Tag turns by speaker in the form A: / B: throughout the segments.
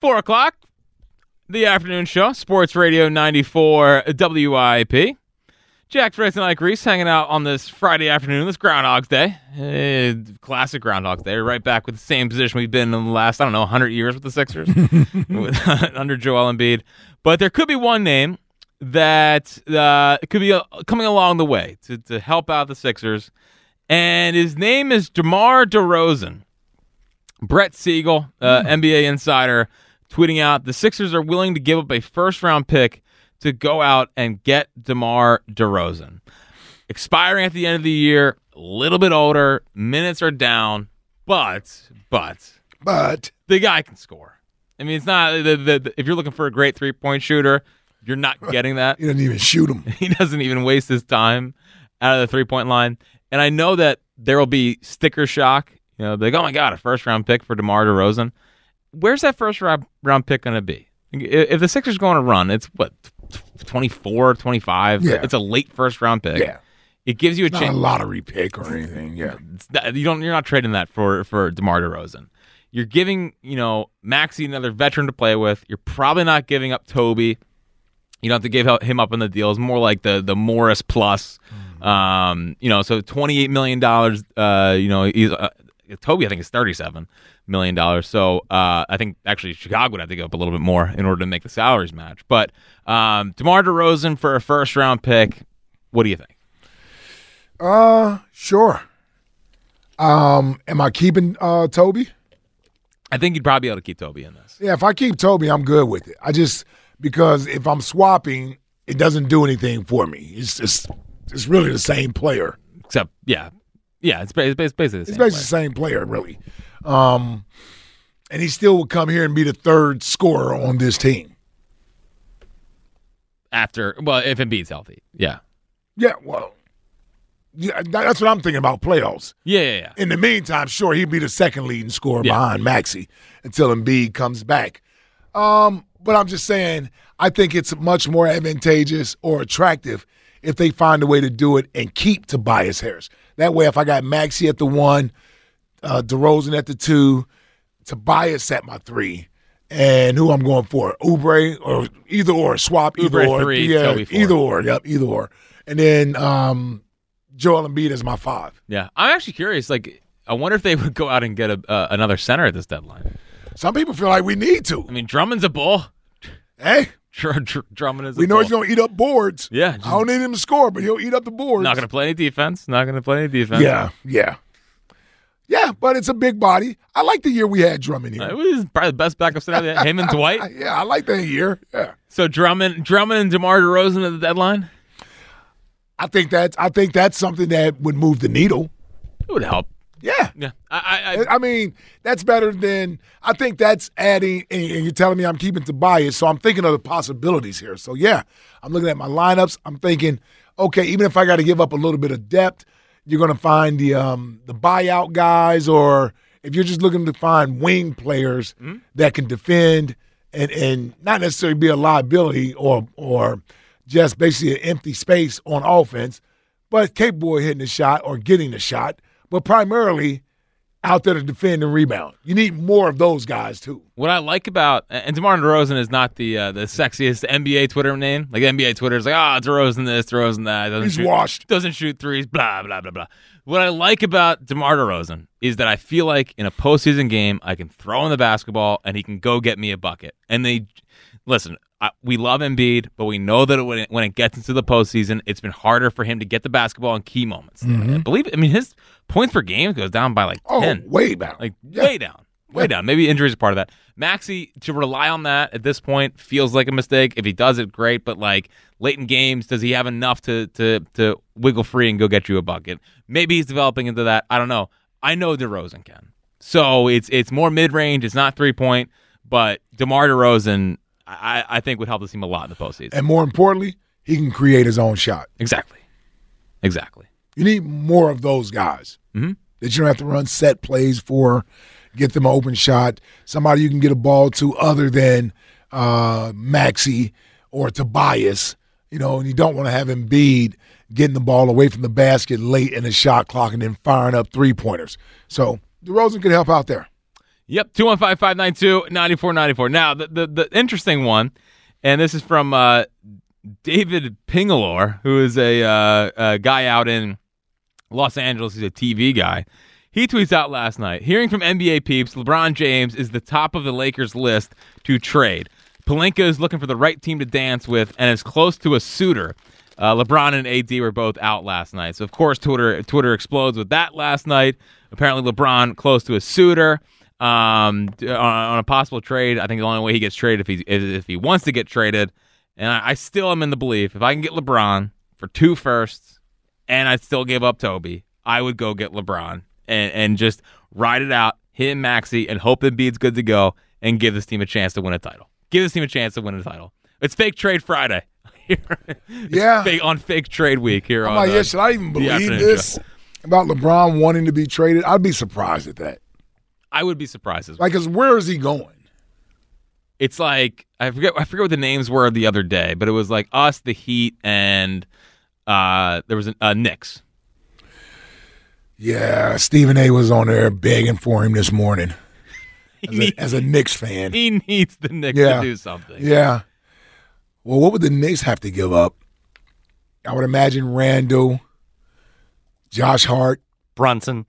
A: Four o'clock, the afternoon show, Sports Radio 94 WIP. Jack Fritz and Ike Reese hanging out on this Friday afternoon, this Groundhog's Day. Eh, classic Groundhog's Day. Right back with the same position we've been in the last, I don't know, 100 years with the Sixers with- under Joel Embiid. But there could be one name that uh, could be uh, coming along the way to, to help out the Sixers. And his name is DeMar DeRozan. Brett Siegel, uh, NBA insider, tweeting out the Sixers are willing to give up a first round pick to go out and get DeMar DeRozan. Expiring at the end of the year, a little bit older, minutes are down, but, but,
B: But
A: the guy can score. I mean, it's not, the, the, the- if you're looking for a great three point shooter, you're not getting that
B: he didn't even shoot him.
A: he doesn't even waste his time out of the three point line. And I know that there will be sticker shock. You know, like, oh my God, a first round pick for DeMar DeRozan. Where's that first round, round pick going to be? I- If the Sixers going to run, it's what, t- t- 24, 25?
B: Yeah.
A: It's a late first round pick.
B: Yeah.
A: It gives you a
B: Not a
A: chance.
B: lottery pick or anything. Yeah.
A: It's not- you don't. You're not trading that for for Demar Derozan. You're giving you know Maxi another veteran to play with. You're probably not giving up Toby. You don't have to give up- him up on the deal. It's more like the the Morris plus. Um, you know, so twenty eight million dollars. Uh, you know, he's, uh, Toby I think is thirty seven million dollars. So uh, I think actually Chicago would have to give up a little bit more in order to make the salaries match. But um, Demar Derozan for a first round pick. What do you think?
B: Uh, sure. Um, am I keeping uh Toby?
A: I think you'd probably be able to keep Toby in this.
B: Yeah, if I keep Toby, I'm good with it. I just because if I'm swapping, it doesn't do anything for me. It's just it's really the same player.
A: except yeah, yeah. It's, ba- it's ba- it's basically the same.
B: It's basically the same player, really. Um, and he still would come here and be the third scorer on this team.
A: player. after well, if Embiid's healthy, yeah,
B: Yeah, well, yeah, that- that's what I'm thinking about playoffs.
A: yeah, yeah, yeah.
B: In the meantime, sure, he'd be the second leading scorer
A: Yeah.
B: behind Maxi until Embiid comes back. Um, but I'm just saying, I think it's much more advantageous or attractive if they find a way to do it and keep Tobias Harris. That way, if I got Maxi at the one, uh, DeRozan at the two, Tobias at my three, and who I'm going for, Ubre or either or swap either
A: Oubre
B: or
A: three,
B: yeah,
A: Toby four.
B: either or, yep, either or, and then um, Joel Embiid is my five.
A: yeah. I'm actually curious. Like, I wonder if they would go out and get a, uh, another center at this deadline.
B: Some people feel like we need to.
A: I mean, Drummond's a bull.
B: Hey,
A: Dr- Dr- Drummond is. A
B: we know
A: bull.
B: he's gonna eat up boards.
A: Yeah, just-
B: I don't need him to score, but he'll eat up the boards.
A: not going to play any defense. Not going to play any defense.
B: Yeah, yeah, yeah. But it's a big body. I like the year we had Drummond
A: Uh,
B: here.
A: It was probably the best backup center. they had, Him and
B: I-
A: Dwight.
B: yeah, I like that year. Yeah,
A: So Drummond, Drummond, and Demar Derozan at the deadline.
B: I think that's I think that's something that would move the needle.
A: It would help.
B: Yeah.
A: Yeah, I, I, I
B: I mean, that's better than I think that's adding. And and you're telling me I'm keeping Tobias, so I'm thinking of the possibilities here. So yeah, I'm looking at my lineups. I'm thinking, okay, even if I got to give up a little bit of depth, you're going to find the um, the buyout guys, or if you're just looking to find wing players that can defend and and not necessarily be a liability or or just basically an empty space on offense, but capable of hitting the shot or getting the shot. But primarily, out there to defend and rebound. You need more of those guys too.
A: What I like about and DeMar DeRozan is not the uh, the sexiest NBA Twitter name. Like NBA Twitter is like, ah, oh, DeRozan this, DeRozan that. Doesn't
B: He's
A: shoot,
B: washed.
A: Doesn't shoot threes. Blah blah blah blah. What I like about DeMar DeRozan is that I feel like in a postseason game, I can throw in the basketball and he can go get me a bucket. And they listen. I, we love Embiid, but we know that when it, when it gets into the postseason, it's been harder for him to get the basketball in key moments. I believe. I mean, his points per game goes down by like
B: Mm-hmm. Oh,
A: ten.
B: way back.
A: Like
B: Yeah.
A: way down. Way down. Maybe injuries are part of that. Maxi to rely on that at this point feels like a mistake. If he does it, great. But like late in games, does he have enough to to to wiggle free and go get you a bucket? Maybe he's developing into that. I don't know. I know DeRozan can. So it's it's more mid range. It's not three point. but DeMar DeRozan, I, I think, would help this team a lot in the postseason.
B: And more importantly, he can create his own shot.
A: Exactly. Exactly.
B: You need more of those guys
A: Mhm.
B: that you don't have to run set plays for, get them an open shot, somebody you can get a ball to other than uh, Maxi or Tobias. You know, and you don't want to have Embiid getting the ball away from the basket late in the shot clock and then firing up three pointers. So DeRozan could help out there.
A: Yep, 215 592 9494. Now, the, the, the interesting one, and this is from uh, David Pingalore, who is a, uh, a guy out in Los Angeles. He's a TV guy. He tweets out last night Hearing from NBA peeps, LeBron James is the top of the Lakers list to trade. Palenka is looking for the right team to dance with and is close to a suitor. Uh, LeBron and AD were both out last night. So, of course, Twitter Twitter explodes with that last night. Apparently, LeBron close to a suitor um, d- on, on a possible trade. I think the only way he gets traded if he, if, if he wants to get traded. And I, I still am in the belief if I can get LeBron for two firsts and I still give up Toby, I would go get LeBron and, and just ride it out, hit Maxi, and hope Embiid's good to go and give this team a chance to win a title. Give this team a chance to win a title. It's fake trade Friday. It's
B: Yeah. Oh
A: fake, on fake trade week here
B: I'm
A: on
B: like,
A: uh,
B: yeah, should I even believe
A: afternoon
B: this about LeBron wanting to be traded? I'd be surprised at that.
A: I would be surprised as well.
B: Like, 'cause where is he going?
A: it's like I forget I forget what the names were the other day, but it was like us, the Heat, and uh, there was a uh, Knicks.
B: Yeah, Stephen A. was on there begging for him this morning as
A: need-
B: a, as a Knicks fan.
A: He needs the Knicks
B: Yeah.
A: to do something.
B: Yeah. Well, what would the Knicks have to give up? I would imagine Randall, Josh Hart.
C: Brunson.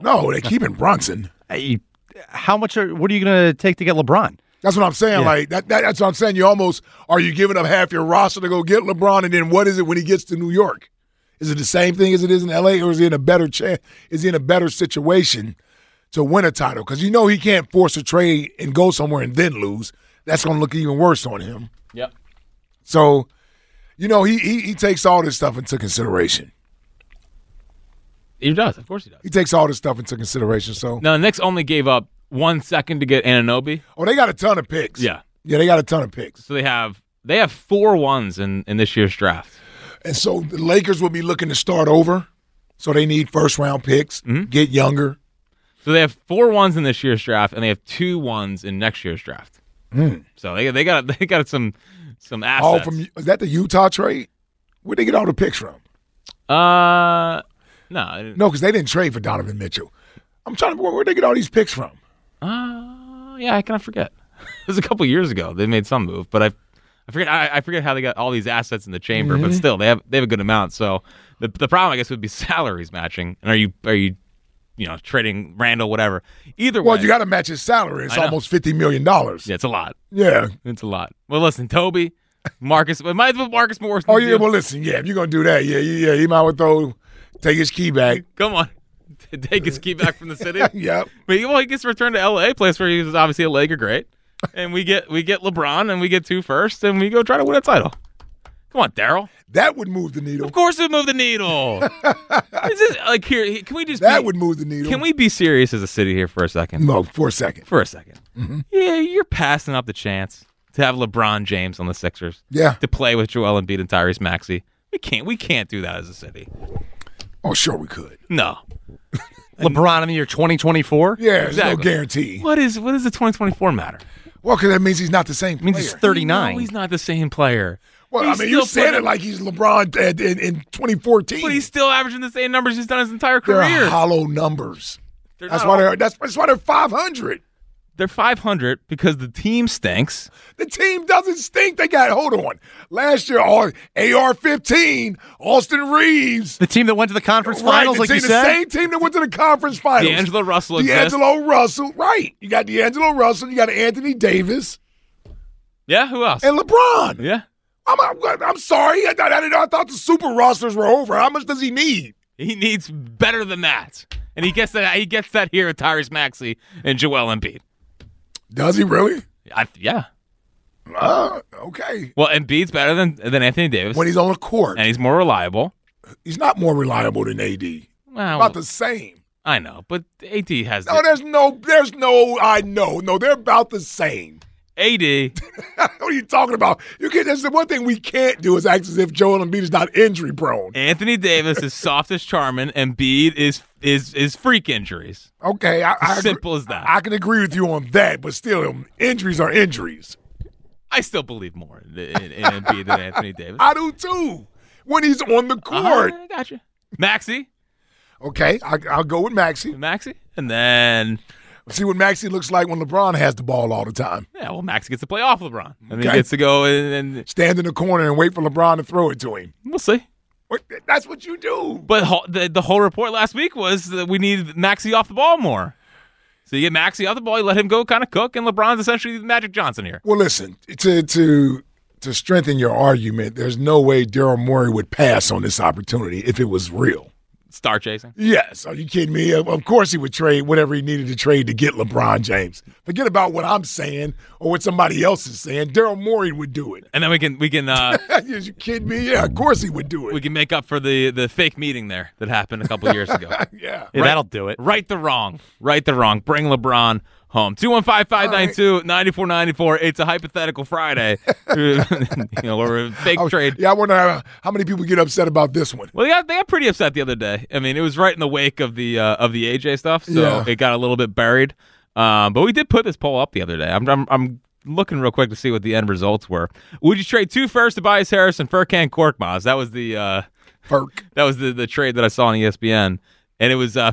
B: No, they're keeping Brunson.
C: Hey, how much are what are you going to take to get LeBron?
B: That's what I'm saying. Like that, that. That's what I'm saying. You almost are you giving up half your roster to go get LeBron, and then what is it when he gets to New York? Is it the same thing as it is in LA, or is he in a better chance? Is he in a better situation to win a title? Because you know he can't force a trade and go somewhere and then lose. That's going to look even worse on him.
A: Yep.
B: So, you know, he he, he takes all this stuff into consideration.
A: He does, of course he does.
B: He takes all this stuff into consideration. So,
A: Now the Knicks only gave up one second to get Ananobi.
B: oh, they got a ton of picks.
A: Yeah.
B: yeah, they got a ton of picks.
A: So they have they have four ones in, in this year's draft.
B: And so the Lakers will be looking to start over. So they need first round picks,
A: Mm-hmm.
B: get younger.
A: So they have four ones in this year's draft, and they have two ones in next year's draft. So they they got they got some some assets.
B: Hmm. All from is that the Utah trade? Where'd they get all the picks from?
A: uh no
B: No, because they didn't trade for Donovan Mitchell. I'm trying to where- where'd they get all these picks from?
A: Uh, yeah, I kind of forget. it was a couple years ago. They made some move, but I, I forget. I, I forget how they got all these assets in the chamber. But still, they have they have a good amount. So the the problem, I guess, would be salaries matching. And are you are you, you know, trading Randall, whatever. Either
B: Well,
A: way,
B: you got to match his salary. It's
A: I know.
B: almost fifty million dollars.
A: yeah, it's a lot.
B: Yeah.
A: It's a lot. Well, listen, Toby, Marcus, it might as well Marcus Morris.
B: Oh yeah. Well, listen. Yeah, if you're gonna do that, yeah, yeah, yeah, he might well throw, take his key back.
A: come on, take his key back from the city.
B: Yep.
A: We, well, he gets returned to LA, place where he was obviously a Laker great, and we get we get LeBron and we get two first, and we go try to win a title. Come on, Daryl.
B: That would move the needle.
A: Of course, we move the needle. This is like here. Can we just
B: That
A: be,
B: would move the needle.
A: Can we be serious as a city here for a second?
B: No, for a second.
A: For a 2nd
B: Mm-hmm.
A: Yeah, you're passing up the chance to have LeBron James on the Sixers
B: Yeah.
A: to play with Joel Embiid and Tyrese Maxey. We can't. We can't do that as a city.
B: Oh, sure we could.
A: No.
C: LeBron in the year 2024?
B: Yeah. There's no
A: Exactly.
B: guarantee.
A: What is what does the 2024 matter?
B: Well, because that means he's not the same.
C: Means
B: player.
C: he's 39.
A: No, he's not the same player.
B: Well,
A: He's
B: I mean, you
A: still
B: said
A: putting-
B: it like he's LeBron at- in, in 2014.
A: But he's still averaging the same numbers he's done his entire
B: they're
A: career.
B: hollow numbers.
A: They're
B: That's
A: not
B: why
A: all-
B: they're that's, that's why they're 500.
A: they're 500 because the team stinks.
B: The team doesn't stink. They got hold on. Last year, all AR-15, Austin Reeves,
C: The team that went to the conference
B: right,
C: finals,
B: the
C: like
B: team-
C: you
B: the
C: said.
B: same team that went to the conference finals.
A: D'Angelo Russell exists.
B: D'Angelo Russell, right? You got D'Angelo Russell. You got Anthony Davis
A: Yeah, who else?
B: and LeBron.
A: yeah.
B: I'm, I'm, I'm sorry. I, thought- I, didn't know. I thought the super rosters were over. How much does he need?
A: He needs better than that. And he gets that he gets that here with Tyrese Maxey and Joel Embiid.
B: Does he really?
A: I, yeah.
B: Uh, okay.
A: Well, Embiid's better than than Anthony Davis.
B: When he's on the court,
A: and he's more reliable.
B: he's not more reliable than AD.
A: Well,
B: About the same.
A: I know, but AD has
B: No,
A: the,
B: there's no, there's no. I know, no, they're about the same.
A: AD.
B: what are you talking about? You can. That's the one thing we can't do is act as if Joel Embiid is not injury prone.
A: Anthony Davis is soft as charmin, and Bede is is is freak injuries.
B: Okay, I, I agree-
A: Simple as that.
B: I can agree with you on that, but still, um, injuries are injuries.
A: I still believe more in, in, in Embiid than Anthony Davis.
B: I do too. When he's on the court,
A: Uh-huh, I gotcha. Maxi,
B: okay, I, I'll go with Maxi.
A: Maxi, and then
B: See what Maxi looks like when LeBron has the ball all the time.
A: yeah, well, Maxi gets to play off LeBron, and he
B: Okay.
A: gets to go, and, and
B: Stand in the corner and wait for LeBron to throw it to him.
A: we'll see.
B: What- That's what you do.
A: But ho- the the whole report last week was that we need Maxi off the ball more. So you get Maxi off the ball, you let him go, kind of cook, and LeBron's essentially Magic Johnson here.
B: Well, listen to to to strengthen your argument. There's no way Daryl Morey would pass on this opportunity if it was real.
A: Star chasing.
B: Yes, are you kidding me? Of of course he would trade whatever he needed to trade to get LeBron James. Forget about what I'm saying or what somebody else is saying. Daryl Morey would do it.
A: And then we can we can uh,
B: Is you kidding me? Yeah, of course he would do
A: we
B: it.
A: can make up for the the fake meeting there that happened a couple years ago.
B: Yeah.
C: Yeah, That'll do it.
A: Right the wrong. Right the wrong. Bring LeBron home. 215 592 9494. It's a hypothetical Friday. you know, or a fake
B: I was-
A: trade.
B: Oh, Yeah, I wonder how, how many people get upset about this one.
A: Well, they got, they got pretty upset the other day. I mean, it was right in the wake of the uh, of the AJ stuff, so
B: Yeah.
A: it got a little bit buried. Um, but we did put this poll up the other day. I'm, I'm I'm looking real quick to see what the end results were. Would you trade two first Tobias Harris and Furkan Korkmaz? That was the uh,
B: Perk.
A: that was the, the trade that I saw on E ESPN, and it was uh,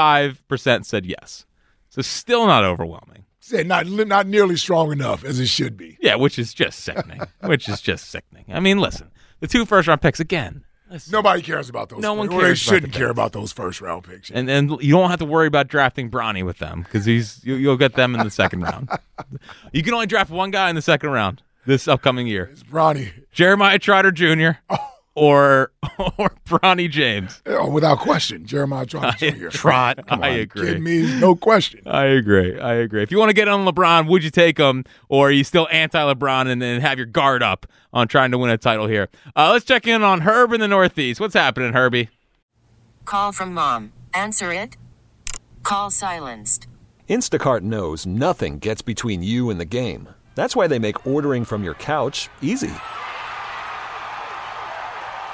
A: 55% said yes. So still not overwhelming.
B: Said not not nearly strong enough as it should be.
A: Yeah, which is just sickening. which is just sickening. I mean, listen, the two first round picks again. Listen,
B: Nobody cares about those.
A: No one
B: or They
A: cares about the
B: shouldn't care about those first round picks.
A: And then you don't have to worry about drafting Bronny with them because he's you, you'll get them in the second round. You can only draft one guy in the second round this upcoming year:
B: It's Bronny,
A: Jeremiah Trotter Jr. or or Bronny James.
B: oh, without question, Jeremiah Trotter Jr.
C: Trot.
A: I
B: Are you
A: agree.
B: Kidding me? No question.
A: I agree. I agree. If you want to get on LeBron, would you take him, or are you still anti-LeBron and then have your guard up on trying to win a title here? Uh, let's check in on Herb in the Northeast. What's happening, Herbie?
D: Call from mom. Answer it. Call silenced.
E: Instacart knows nothing gets between you and the game. That's why they make ordering from your couch easy.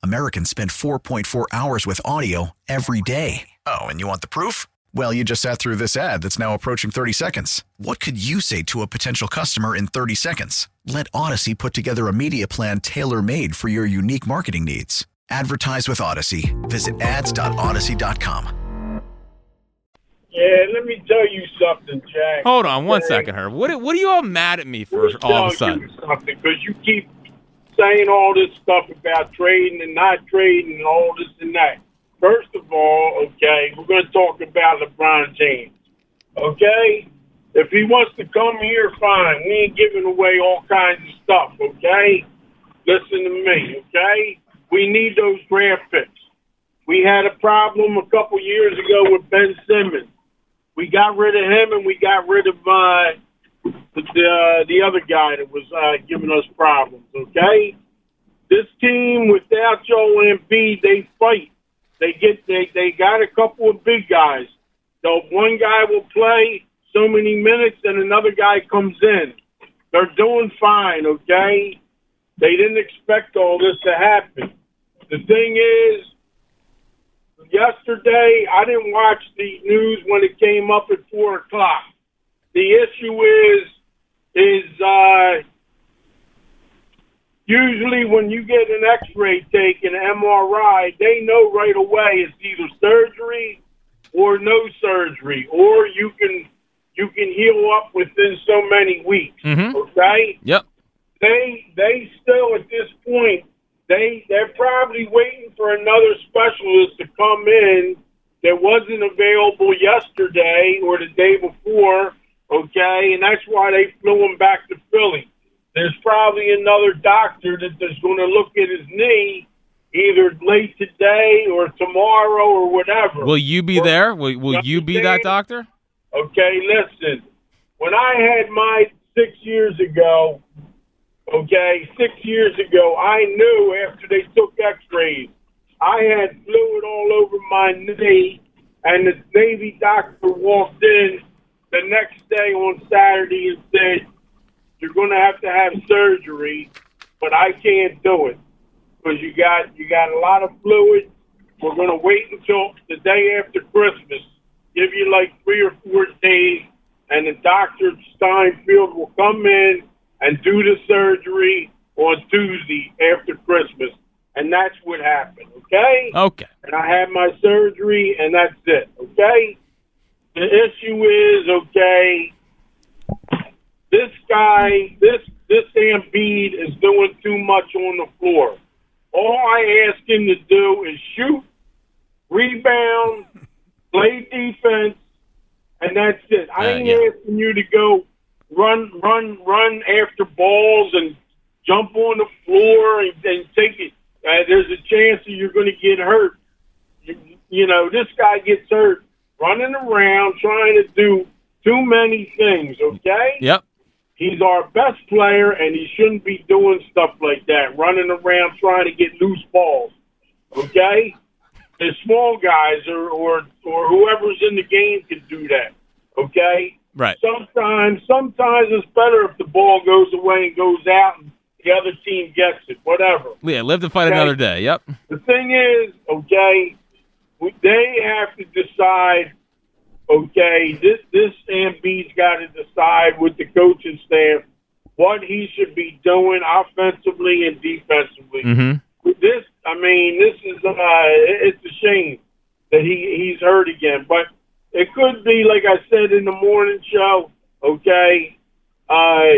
F: Americans spend 4.4 hours with audio every day. Oh, and you want the proof? Well, you just sat through this ad that's now approaching 30 seconds. What could you say to a potential customer in 30 seconds? Let Odyssey put together a media plan tailor made for your unique marketing needs. Advertise with Odyssey. Visit ads.odyssey.com.
G: Yeah, let me tell you something, Jack.
A: Hold on one second, Herb. What what are you all mad at me
G: Let me
A: for all of a
G: tell you
A: sudden?
G: something, because you keep saying all this stuff about trading and not trading and all this and that. First of all, okay, we're going to talk about LeBron James. Okay, if he wants to come here, fine. We ain't giving away all kinds of stuff. Okay, listen to me. Okay, we need those draft picks. We had a problem a couple years ago with Ben Simmons. We got rid of him and we got rid of uh, the uh, the other guy that was uh, giving us problems. Okay, this team without Joel Embiid, they fight. They get they they got a couple of big guys. So one guy will play so many minutes, and another guy comes in. They're doing fine. Okay, they didn't expect all this to happen. The thing is, yesterday I didn't watch the news when it came up at four o'clock. The issue is is uh, usually when you get an X-ray taken, MRI, they know right away it's either surgery or no surgery, or you can you can heal up within so many weeks. Okay
A: Yep.
G: they they still at this point they they're probably waiting for another specialist to come in that wasn't available yesterday or the day before see another doctor that is going to look at his knee either late today or tomorrow or whatever.
A: Will you be
G: Or-
A: there? Will, will you be that
G: Understand?
A: doctor?
G: Okay, listen. When I had my six years ago, okay, six years ago, I knew after they took X-rays, I had fluid all over my knee, and the Navy doctor walked in the next day on Saturday and said, "You're going to have to have surgery, but I can't do it because you got you got a lot of fluid. We're going to wait until the day after Christmas. Give you like three or four days, and the doctor Steinfield will come in and do the surgery on Tuesday after Christmas, and that's what happened. Okay
A: Okay.
G: and I had my surgery, and that's it. Okay. The issue is okay. This guy, this this Embiid is doing too much on the floor. All I ask him to do is shoot, rebound, play defense, and that's it. I
A: Uh,
G: ain't
A: yeah.
G: asking you to go run, run, run after balls and jump on the floor and, and take it. Uh, there's a chance that you're going to get hurt. You, you know, this guy gets hurt running around trying to do too many things. Okay,
A: Yep.
G: he's our best player, and he shouldn't be doing stuff like that, running around trying to get loose balls. Okay, the small guys or or or whoever's in the game can do that. Okay,
A: Right.
G: Sometimes, sometimes it's better if the ball goes away and goes out, and the other team gets it. Whatever.
A: Yeah, live to fight another day. Yep.
G: The thing is, okay, we- they have to decide. Okay, this this Embiid's got to decide with the coaching staff what he should be doing offensively and defensively.
A: Mhm.
G: With This, I mean, this is uh, it- it's a shame that he he's hurt again, but it could be like I said in the morning show. Okay, uh,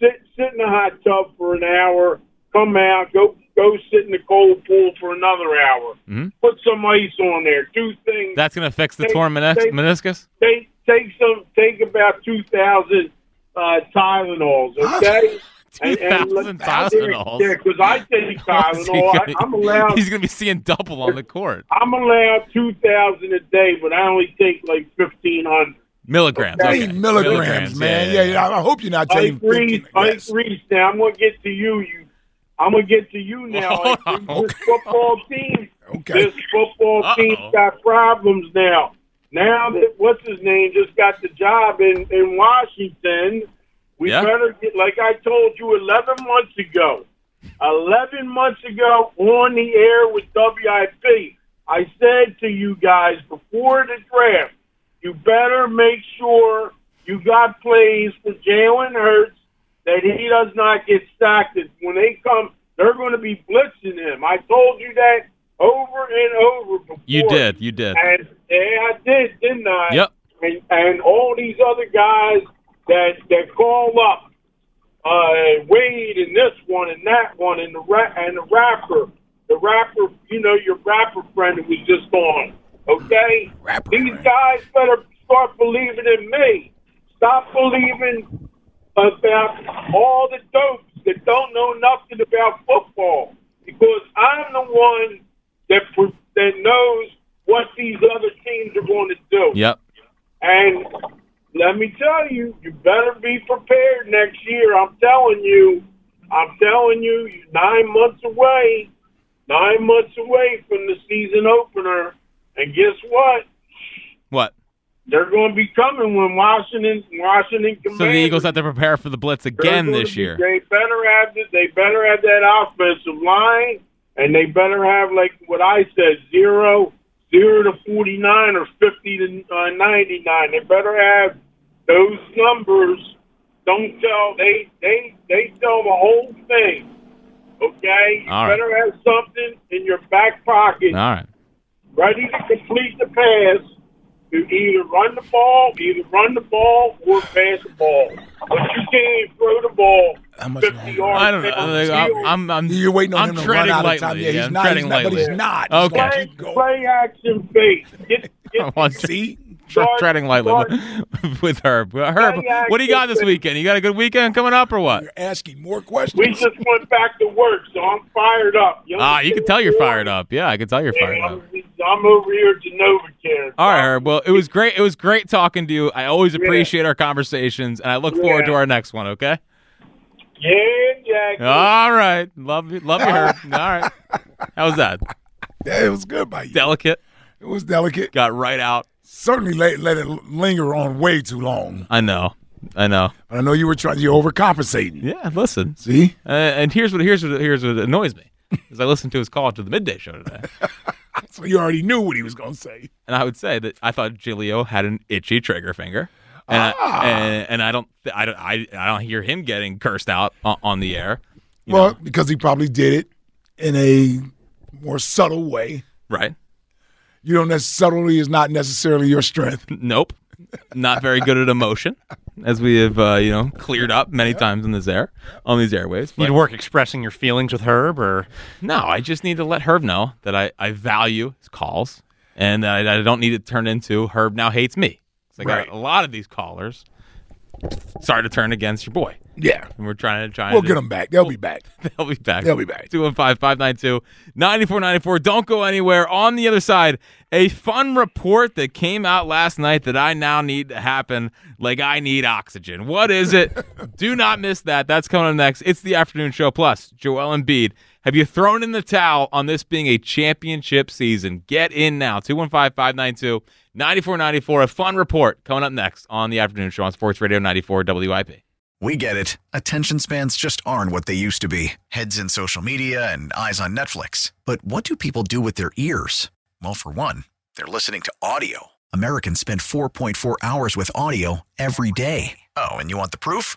G: sit sit in a hot tub for an hour, come out, go go sit in the cold pool for another hour,
A: Mhm.
G: put some ice on there, do things.
A: That's gonna fix the
G: They-
A: torn menis-
G: they-
A: meniscus.
G: take take some take about two thousand uh, Tylenols, okay. And- and let-
A: 2,000 Tylenols?
G: Yeah, because I take
A: What's he
G: Tylenol. I,
A: gonna-
G: I'm allowed.
A: He's gonna be seeing double on the court.
G: I'm allowed two thousand a day, but I only take like fifteen hundred.
A: Milligrams.
G: Okay.
A: Okay.
B: Eight milligrams, man. Yeah, yeah, I I hope you're not taking
G: Ike Reese,
B: 15.
G: Ike
B: Yes.
G: Reese. Now I'm gonna get to you. You, I'm gonna get to you now.
A: Wow.
G: Ike Reese. This football team,
B: Okay.
G: this football
A: Uh-oh.
G: team's got problems now. Now that what's his name just got the job in in Washington, we
A: Yeah.
G: better get like I told you 11 months ago. 11 months ago on the air with WIP, I said to you guys before the draft, you better make sure you got plays for Jalen Hurts that he does not get sacked. That When they come, they're going to be blitzing him. I told you that over and over before.
A: You did. You did.
G: And yeah, I did, didn't I?
A: Yep.
G: And and all these other guys that that call up uh, Wade and this one and that one and the ra- and the rapper, the rapper, you know, your rapper friend that was just on. Okay,
B: Rapper
G: these
B: friend.
G: guys better start believing in me. Stop believing about all the dopes that don't know nothing about football because I'm the one that pro- that knows what these other teams are going to do.
A: Yep.
G: And let me tell you, you better be prepared next year. I'm telling you, I'm telling you, you're nine months away, nine months away from the season opener. And guess what?
A: What?
G: They're going to be coming when Washington, Washington.
A: So the Eagles have
G: Commanders-
A: to prepare for the blitz
G: they're
A: again
G: gonna
A: this
G: be-
A: year.
G: They better have th- they better have that offensive line, and they better have like what I said zero zero to forty nine or fifty to uh, ninety nine. They better have those numbers. Don't tell they they they tell the whole thing. Okay, you
A: All right.
G: better have something in your back pocket
A: All right.
G: ready to complete the pass to either run the ball, either run the ball or pass the ball. But you can't throw the ball
B: How much longer?
G: fifty yards.
A: I don't know.
G: down the
A: I'm,
G: field.
A: I'm, I'm,
B: You're waiting on
A: I'm
B: him to run
A: treading
B: out
A: lightly.
B: of time. Yeah, he's
A: I'm
B: not.
A: treading
B: he's not,
A: lightly.
B: But he's not. He's
A: Okay.
B: gonna
G: play,
B: keep going.
G: play action fake. Get,
A: I
G: get,
A: want to-
B: See,
A: Tre-
G: Start-
A: treading lightly
G: start-
A: with Herb. Well, Herb,
G: Yeah, yeah,
A: what do you got this
G: good.
A: weekend? You got a good weekend coming up or what?
B: You're asking more
G: We
B: questions.
G: just went back to work, so I'm fired up.
A: Ah, you can tell you're fired up. Yeah, I can tell you're fired up.
G: I'm, I'm over here at Novacare.
A: All right, Herb. Well, it was great. It was great talking to you. I always appreciate our conversations, and I look forward to
G: Yeah.
A: our next one. Okay.
G: Yeah, Jack.
A: All right. Love you. Love you, Herb. All right. How was that?
B: Yeah, it was good by you.
A: Delicate.
B: it was delicate.
A: Got right out.
B: Certainly let, let it linger on way too long.
A: I know. I know.
B: But I know you were trying. You're overcompensating.
A: Yeah. Listen.
B: See,
A: Uh, and here's what here's what here's what annoys me is I listened to his call to the midday show today,
B: so you already knew what he was gonna say.
A: and I would say that I thought Gilio had an itchy trigger finger, and I, and, and I don't th- I don't I, I don't hear him getting cursed out on, on the air,
B: well, because he probably did it in a more subtle way.
A: right?
B: You don't necessarily subtlety is not necessarily your strength.
A: Nope, not very good at emotion, as we have uh, you know cleared up many times in this air on these airwaves.
C: You'd
A: But
C: work expressing your feelings with Herb, or
A: no, I just need to let Herb know that I I value his calls, and that I, I don't need it to turn into Herb now hates me. It's like I-
B: Right.
A: a lot of these callers start to turn against your boy.
B: Yeah,
A: And we're trying to try.
B: we'll
A: to,
B: get them back. They'll be back.
A: They'll be back.
B: They'll be back.
A: 215 592 9494. Don't go anywhere. On the other side, a fun report that came out last night that I now need to happen like I need oxygen. What is it? Do not miss that. That's coming up next. It's the afternoon show. Plus, Joel Embiid. Have you thrown in the towel on this being a championship season? Get in now. 215 592 9494. A fun report coming up next on the afternoon show on Sports Radio 94 WIP.
F: We get it. Attention spans just aren't what they used to be heads in social media and eyes on Netflix. But what do people do with their ears? Well, for one, they're listening to audio. Americans spend 4.4 hours with audio every day. Oh, and you want the proof?